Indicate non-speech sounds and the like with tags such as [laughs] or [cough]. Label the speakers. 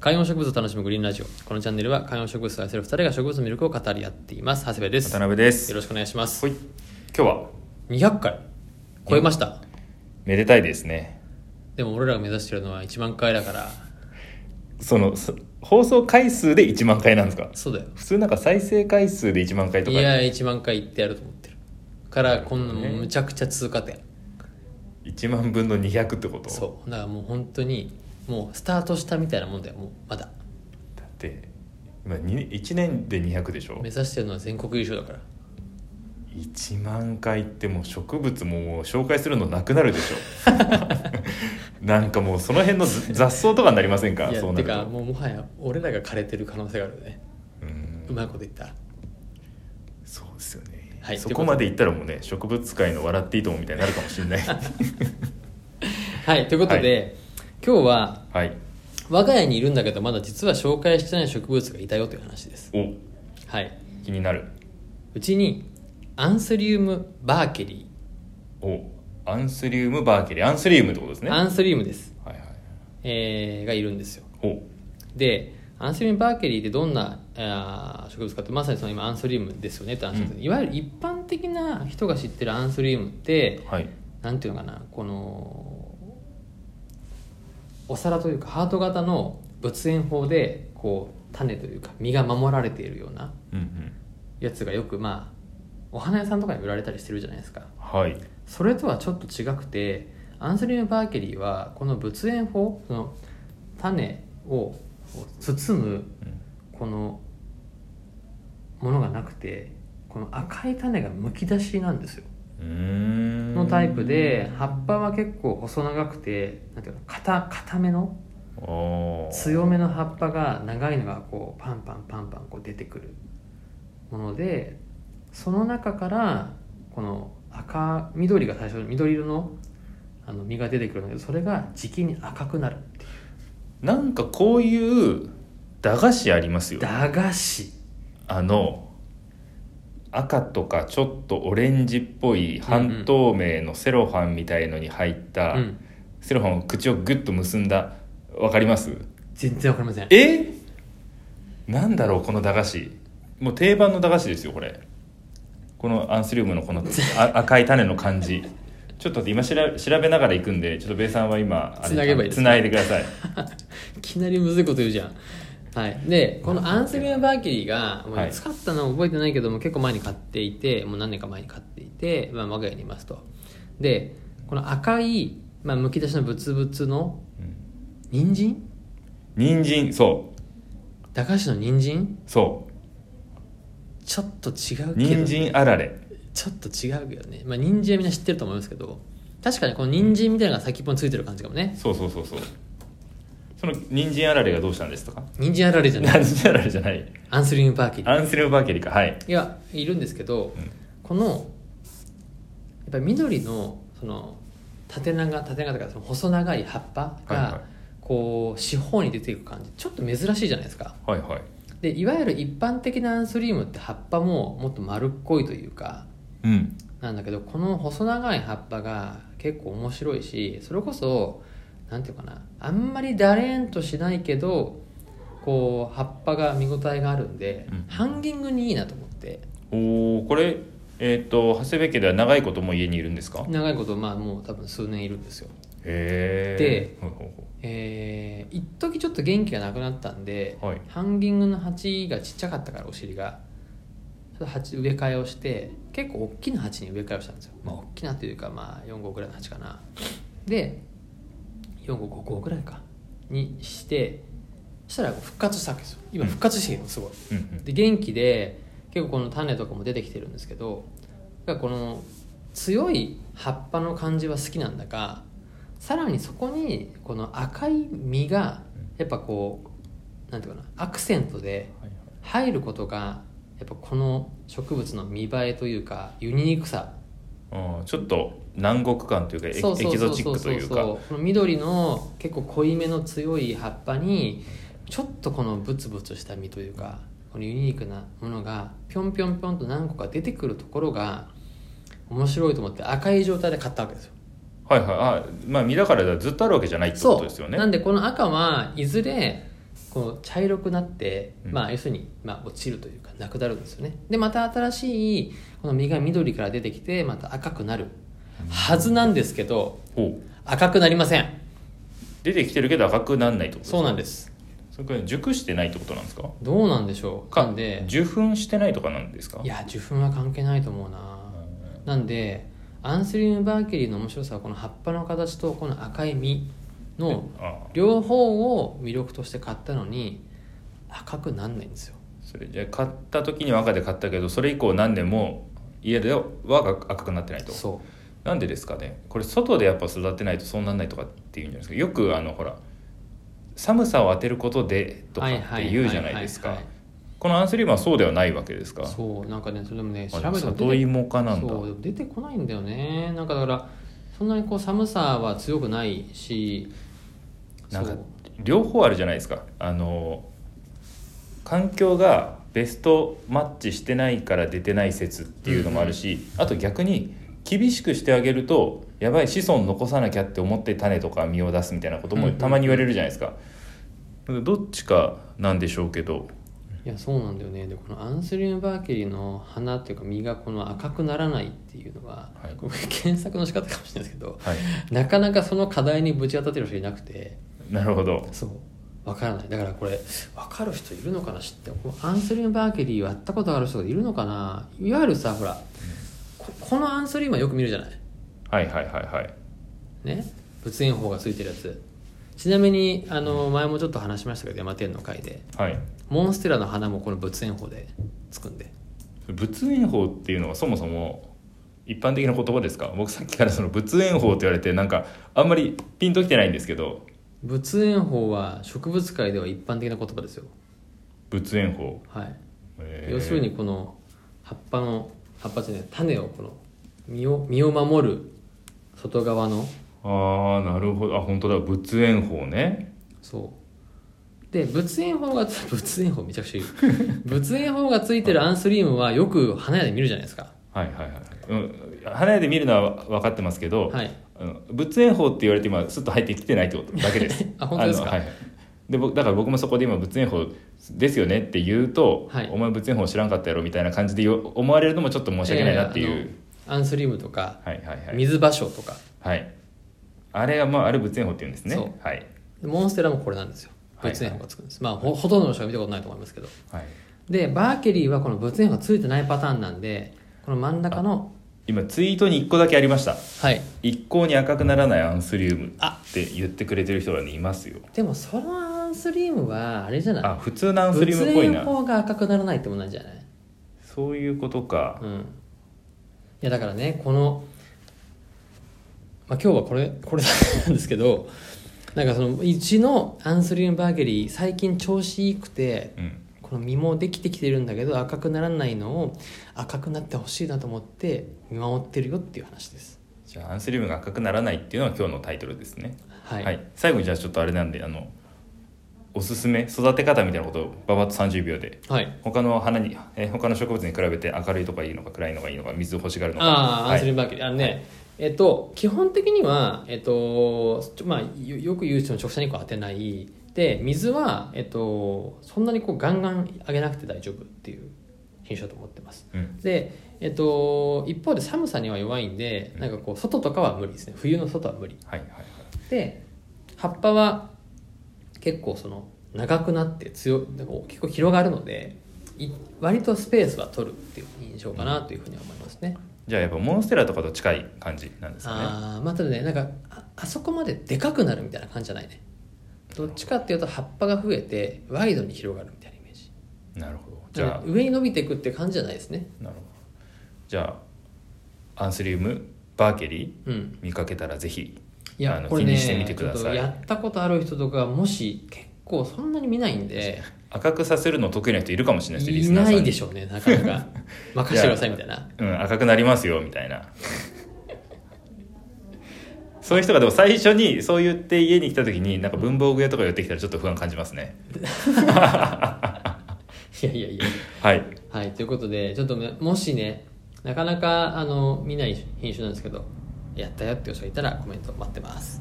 Speaker 1: 観葉植物を楽しむグリーンラジオこのチャンネルは観葉植物を愛する2人が植物の魅力を語り合っています長谷部です
Speaker 2: 渡
Speaker 1: よ
Speaker 2: 辺です。
Speaker 1: ろしくお願いします
Speaker 2: はい。今日は
Speaker 1: 200回超えました、
Speaker 2: めでたいですね。
Speaker 1: でも俺らが目指してるのは1万回だから
Speaker 2: そのそ放送回数で1万回なんですか。
Speaker 1: そうだよ
Speaker 2: 普通なんか再生回数で1万回と
Speaker 1: い
Speaker 2: か。
Speaker 1: や1万回いってやると思ってるからこんなもうむちゃくちゃ通過点
Speaker 2: 1万分の200ってこと。
Speaker 1: そうだからもう本当にもうスタートしたみたいなもんだよもうまだ
Speaker 2: だって今に1年で200でしょ
Speaker 1: 目。指してるのは全国優勝だから
Speaker 2: 1万回ってもう植物ももう紹介するのなくなるでしょ。 [laughs] なんかもうその辺の
Speaker 1: [laughs]
Speaker 2: 雑雑草とかになりませんか。
Speaker 1: いや
Speaker 2: そうな
Speaker 1: て
Speaker 2: ると。
Speaker 1: かもうもはや俺らが枯れてる可能性があるよね
Speaker 2: うん
Speaker 1: うまいこと言ったら
Speaker 2: そうですよね。
Speaker 1: はい
Speaker 2: そこまでいったらもうね植物界の笑っていいともみたいになるかもし
Speaker 1: [laughs]
Speaker 2: れない。
Speaker 1: はいということで、今日は
Speaker 2: はい。
Speaker 1: 我が家にいるんだけどまだ実は紹介してない植物がいたよという話です
Speaker 2: お
Speaker 1: はいう
Speaker 2: 気になる
Speaker 1: うちにアンスリウムバーケリ
Speaker 2: おアンスリウムバーケリーアンスリウムってことです
Speaker 1: ー、
Speaker 2: ね
Speaker 1: ア
Speaker 2: はい
Speaker 1: ンスリウムです、
Speaker 2: はい
Speaker 1: えーがいるんですよ
Speaker 2: お
Speaker 1: でアンスリウムバーケリーってどんなあー植物かってまさにその今アンスリウムですよねって話なんですけど、いわゆる一般的な人が知ってるアンスリウムって
Speaker 2: はい
Speaker 1: なんていうのかなこのお皿というかハート型の仏縁法でこう種というか実が守られているような
Speaker 2: うんうん
Speaker 1: やつがよくまあお花屋さんとかに売られたりしてるじゃないですか
Speaker 2: はい
Speaker 1: それとはちょっと違くてアンスリウム・バーケリーはこの仏縁法その種を包むこのものがなくてこの赤い種がむき出しなんですよ
Speaker 2: うんうーん
Speaker 1: のタイプで葉っぱは結構細長くてなんていうの硬硬めの
Speaker 2: おー
Speaker 1: 強めの葉っぱが長いのがこうパンパンパンパンこう出てくるものでその中からこの赤緑が最初緑色のあの実が出てくるんだけどそれが時期に赤くなるってい
Speaker 2: なんかこういう駄菓子ありま
Speaker 1: う
Speaker 2: すよ
Speaker 1: 駄菓子
Speaker 2: あの赤とかちょっとオレンジっぽい半透明のセロファンみたいのに入った、
Speaker 1: うん
Speaker 2: セロファンを口をグッと結んだわかります
Speaker 1: 全然わかりません
Speaker 2: えなんだろうこの駄菓子もう定番の駄菓子ですよこれこのアンスリウムのこのあ [laughs] 赤い種の感じちょっと待って今しら調べながら行くんでちょっとベイさんは今あれ
Speaker 1: 繋げばいいですね
Speaker 2: 繋いでください
Speaker 1: いきなりむずいこと言うじゃんはい、でこのアンセリア・バーキリーがもう
Speaker 2: はい
Speaker 1: いつ買ったの覚えてないけども、結構前に買っていてもう何年か前に買っていて、まあ、我が家にいますとでこの赤い、まあ、むき出しのブツブツの
Speaker 2: うん
Speaker 1: 人参
Speaker 2: 人参そう
Speaker 1: 駄菓子の人参
Speaker 2: そ
Speaker 1: ちょっと違
Speaker 2: う
Speaker 1: うけど
Speaker 2: 人参あられ
Speaker 1: ちょっと違うけどねまあ人参はみんな知ってると思いますけど確かにこの人参みたいなのが先っぽについてる感じかもね
Speaker 2: そうそうそうそうその人参あられがどうしたんですとか
Speaker 1: 人参あられじゃない
Speaker 2: 人参あられじゃない
Speaker 1: アンスリウム・バーキリー
Speaker 2: アンスリウムバーケリかはい
Speaker 1: いやいるんですけど、
Speaker 2: うん
Speaker 1: このやっぱり緑のその縦長縦長というかその細長い葉っぱが、
Speaker 2: はいはい
Speaker 1: こう四方に出ていく感じちょっと珍しいじゃないですか
Speaker 2: はいはい
Speaker 1: でいわゆる一般的なアンスリウムって葉っぱももっと丸っこいというか
Speaker 2: うん
Speaker 1: なんだけどこの細長い葉っぱが結構面白いしそれこそなんていうかなあんまりだれんとしないけどこう葉っぱが見応えがあるんで、
Speaker 2: うん
Speaker 1: ハンギングにいいなと思って
Speaker 2: おおこれえっ、と長谷部家では長いこともう家にいるんですか
Speaker 1: 長いことまあもう多分数年いるんですよ
Speaker 2: へ
Speaker 1: で
Speaker 2: えほうほうほ
Speaker 1: えー一時ちょっと元気がなくなったんで、
Speaker 2: はい
Speaker 1: ハンギングの鉢がちっちゃかったからお尻がちょっと鉢植え替えをして結構大きな鉢に植え替えをしたんですよ、まあ、大きなというかまあ4号ぐらいの鉢かなで4号5号ぐらいかにしてそしたら復活したわけですよ今復活してるのすごい、
Speaker 2: ううんうん
Speaker 1: で元気で結構この種とかも出てきてるんですけどだからこの強い葉っぱの感じは好きなんだがさらにそこにこの赤い実がやっぱこうなんていうかなアクセントで
Speaker 2: はいはい
Speaker 1: 入ることがやっぱこの植物の見栄えというかユニークさ
Speaker 2: うんちょっと南国感というかエキエ
Speaker 1: そうそう
Speaker 2: キ
Speaker 1: そ
Speaker 2: ゾ
Speaker 1: う
Speaker 2: チ
Speaker 1: そ
Speaker 2: ッ
Speaker 1: う
Speaker 2: ク
Speaker 1: そ
Speaker 2: と
Speaker 1: う
Speaker 2: いう
Speaker 1: そ
Speaker 2: か
Speaker 1: うこの緑の結構濃いめの強い葉っぱにちょっとこのブツブツした実というかこのユニークなものがぴょんぴょんぴょんと何個か出てくるところが面白いと思って赤い状態で買ったわけですよ
Speaker 2: はいはいあまあ見だからずっとあるわけじゃないってことですよね
Speaker 1: なんでこの赤はいずれこの茶色くなって、
Speaker 2: うん
Speaker 1: まあ、要するに、まあ、落ちるというかなくなるんですよねでまた新しいこの実が緑から出てきてまた赤くなるはずなんですけど
Speaker 2: ほう
Speaker 1: 赤くなりません
Speaker 2: 出てきてるけど赤くならないってこと
Speaker 1: そうなんですす
Speaker 2: かそれから熟してないってことなんですか
Speaker 1: どうなんでしょうなんで
Speaker 2: 受粉してないとかなんですか
Speaker 1: いや受粉は関係ないと思うななんでアンスリウム・バーキュリーの面白さはこの葉っぱの形とこの赤い実の
Speaker 2: ああ
Speaker 1: 両方を魅力として買ったのに赤くなんないんですよ
Speaker 2: それじゃあ買った時には赤で買ったけどそれ以降何年も家では赤くなってないと
Speaker 1: そう
Speaker 2: なんでですかねこれ外でやっぱ育てないとそうなんないとかっていうんじゃないですかよくあのほら寒さを当てることでとかって言うじゃないです
Speaker 1: は
Speaker 2: か
Speaker 1: いはい
Speaker 2: このアンスリウムはそうではないわけです
Speaker 1: は
Speaker 2: か
Speaker 1: いはいそうなんかねそれでもね調
Speaker 2: あ
Speaker 1: べ
Speaker 2: で
Speaker 1: たら出
Speaker 2: も
Speaker 1: て
Speaker 2: 里芋かなんだ
Speaker 1: そうでも出てこないんだよねなんかだからそんなにこう寒さは強くないし
Speaker 2: なんか
Speaker 1: そう
Speaker 2: 両方あるじゃないですかあの環境がベストマッチしてないから出てない説っていうのもあるし、あと逆に厳しくしてあげるとやばい子孫残さなきゃって思って種とか実を出すみたいなこと
Speaker 1: うん
Speaker 2: も
Speaker 1: うん
Speaker 2: たまに言われるじゃないですか、どっちかなんでしょうけど
Speaker 1: いやそうなんだよねでこのアンスリウム・バーキリーの花っていうか実がこの赤くならないっていうのは、
Speaker 2: はい
Speaker 1: これ検索の仕方かもしれないですけど
Speaker 2: はい [laughs]
Speaker 1: なかなかその課題にぶち当たってる人いなくて
Speaker 2: なるほど
Speaker 1: そうわからないだからこれ分かる人いるのかな知ってこうアンスリウム・バーキリーをやったことある人がいるのかないわゆるさほらここのアンスリウムはよく見るじゃない
Speaker 2: はいはいはいはい
Speaker 1: ね物炎法がついてるやつちなみにあの前もちょっと話しましたけど山天の回で
Speaker 2: はい
Speaker 1: モンステラの花もこの物炎法でつくんで
Speaker 2: 仏炎法っていうのはそもそも一般的な言葉ですか僕さっきからその仏炎法って言われてなんかあんまりピンときてないんですけど
Speaker 1: 仏炎法は植物界では一般的な言葉ですよ、
Speaker 2: 仏炎法、
Speaker 1: はい
Speaker 2: えー
Speaker 1: 要するにこの葉っぱの葉っぱじゃない種をこの実を実を守る外側の
Speaker 2: ああなるほどあ本当だ仏炎法ね
Speaker 1: そうで仏炎法がつ [laughs] 仏炎法めちゃく
Speaker 2: [laughs]
Speaker 1: ちゃ言う仏炎法がついてるアンスリウムはよく花屋で見るじゃないですか
Speaker 2: はいはいはい、うん、花屋で見るのは分かってますけど、
Speaker 1: はい
Speaker 2: あの仏炎法って言われて今すっと入ってきてないってことだけです
Speaker 1: [laughs] あ本当ですか
Speaker 2: あのはいで僕だから僕もそこで今仏炎法ですよねって言うと、
Speaker 1: はい
Speaker 2: お前仏炎法知らんかったやろみたいな感じでよ思われるのもちょっと申し訳ないなっていう、
Speaker 1: えーあのアンスリウムとか
Speaker 2: はいはいはい
Speaker 1: 水芭蕉とか
Speaker 2: はい。あれはまああれ仏炎法って言うんですね。
Speaker 1: そう
Speaker 2: はい。
Speaker 1: でモンステラもこれなんですよ
Speaker 2: はい
Speaker 1: 仏炎法がつくんです、まあほほとんどの人は見たことないと思いますけど
Speaker 2: はい。
Speaker 1: でバーケリーはこの物炎がついてないパターンなんでこの真ん中の
Speaker 2: 今ツイートに一個だけありました。
Speaker 1: はい
Speaker 2: 一向に赤くならないアンスリウムっ
Speaker 1: あ
Speaker 2: て言ってくれてる人がねいますよ。
Speaker 1: でもそのアンスリウムはあれじゃない
Speaker 2: あ、普通のアンスリウム
Speaker 1: 物
Speaker 2: っぽい
Speaker 1: 炎
Speaker 2: な。
Speaker 1: 法が赤くならないってもなんじゃない
Speaker 2: そういうことか
Speaker 1: う。んいやだからねこの、まあ、今日はこれこれだけなんですけどなんかそのうちのアンスリウムバーケリー最近調子いいくて
Speaker 2: うん。
Speaker 1: この実もできてきてるんだけど赤くならないのを赤くなってほしいなと思って見守ってるよっていう話です
Speaker 2: じゃあアンスリウムが赤くならないっていうのが今日のタイトルですね。
Speaker 1: はい、
Speaker 2: 最後にじゃあちょっとあれなんであのおすすめ育て方みたいなことをババッと30秒で。
Speaker 1: はい、
Speaker 2: 他の花にえ他の植物に比べて明るいとかいいのか暗いのがいいのか水を欲しがるのか
Speaker 1: ああ、
Speaker 2: は
Speaker 1: ア
Speaker 2: い
Speaker 1: ンスリンバーキリーあのね、えっと基本的にはえっとちょまあよよく言う人の直射日光当てないで水はえっとそんなにこうガンガン上げなくて大丈夫っていう品種だと思ってます
Speaker 2: うん
Speaker 1: でえっと一方で寒さには弱いんでなんかこう外とかは無理ですね冬の外は無理
Speaker 2: はいはいはい
Speaker 1: で葉っぱは結構その長くなって強いでも結構広がるのでい割とスペースは取るっていう印象かなというふうには思いますね、
Speaker 2: じゃあやっぱモンステラとかと近い感じなんですかね
Speaker 1: ああまあただねなんかああそこまででかくなるみたいな感じじゃないねどっちかっていうと葉っぱが増えてワイドに広がるみたいなイメージ
Speaker 2: なるほどじゃ
Speaker 1: なん
Speaker 2: あ
Speaker 1: で上に伸びていくって感じじゃないですね
Speaker 2: なるほどじゃあアンスリウムバーケリ
Speaker 1: うん
Speaker 2: ー見かけたらぜひ
Speaker 1: いや
Speaker 2: あの
Speaker 1: これ
Speaker 2: 気
Speaker 1: ね
Speaker 2: にしてみてくだ
Speaker 1: ちょ
Speaker 2: さ
Speaker 1: っとや
Speaker 2: い
Speaker 1: ったことある人とかもし結構そんなに見ないん
Speaker 2: [laughs]
Speaker 1: で
Speaker 2: 赤くさせるの得意な人いるかもしれないですリ
Speaker 1: い
Speaker 2: スナ
Speaker 1: な
Speaker 2: ーさんに
Speaker 1: いでしょうねなかな
Speaker 2: [laughs]
Speaker 1: か任せてくださいみたいな
Speaker 2: うん赤くなりますよみたいな [laughs] そういう人がでも最初にそう言って家に来た時になんか文房具屋とか寄ってきたらちょっと不安感じますね
Speaker 1: いやいやいや
Speaker 2: はい
Speaker 1: はいということでちょっとねもしねなかなかあの見ない品種なんですけどやったよっていう人がいたらコメント待ってます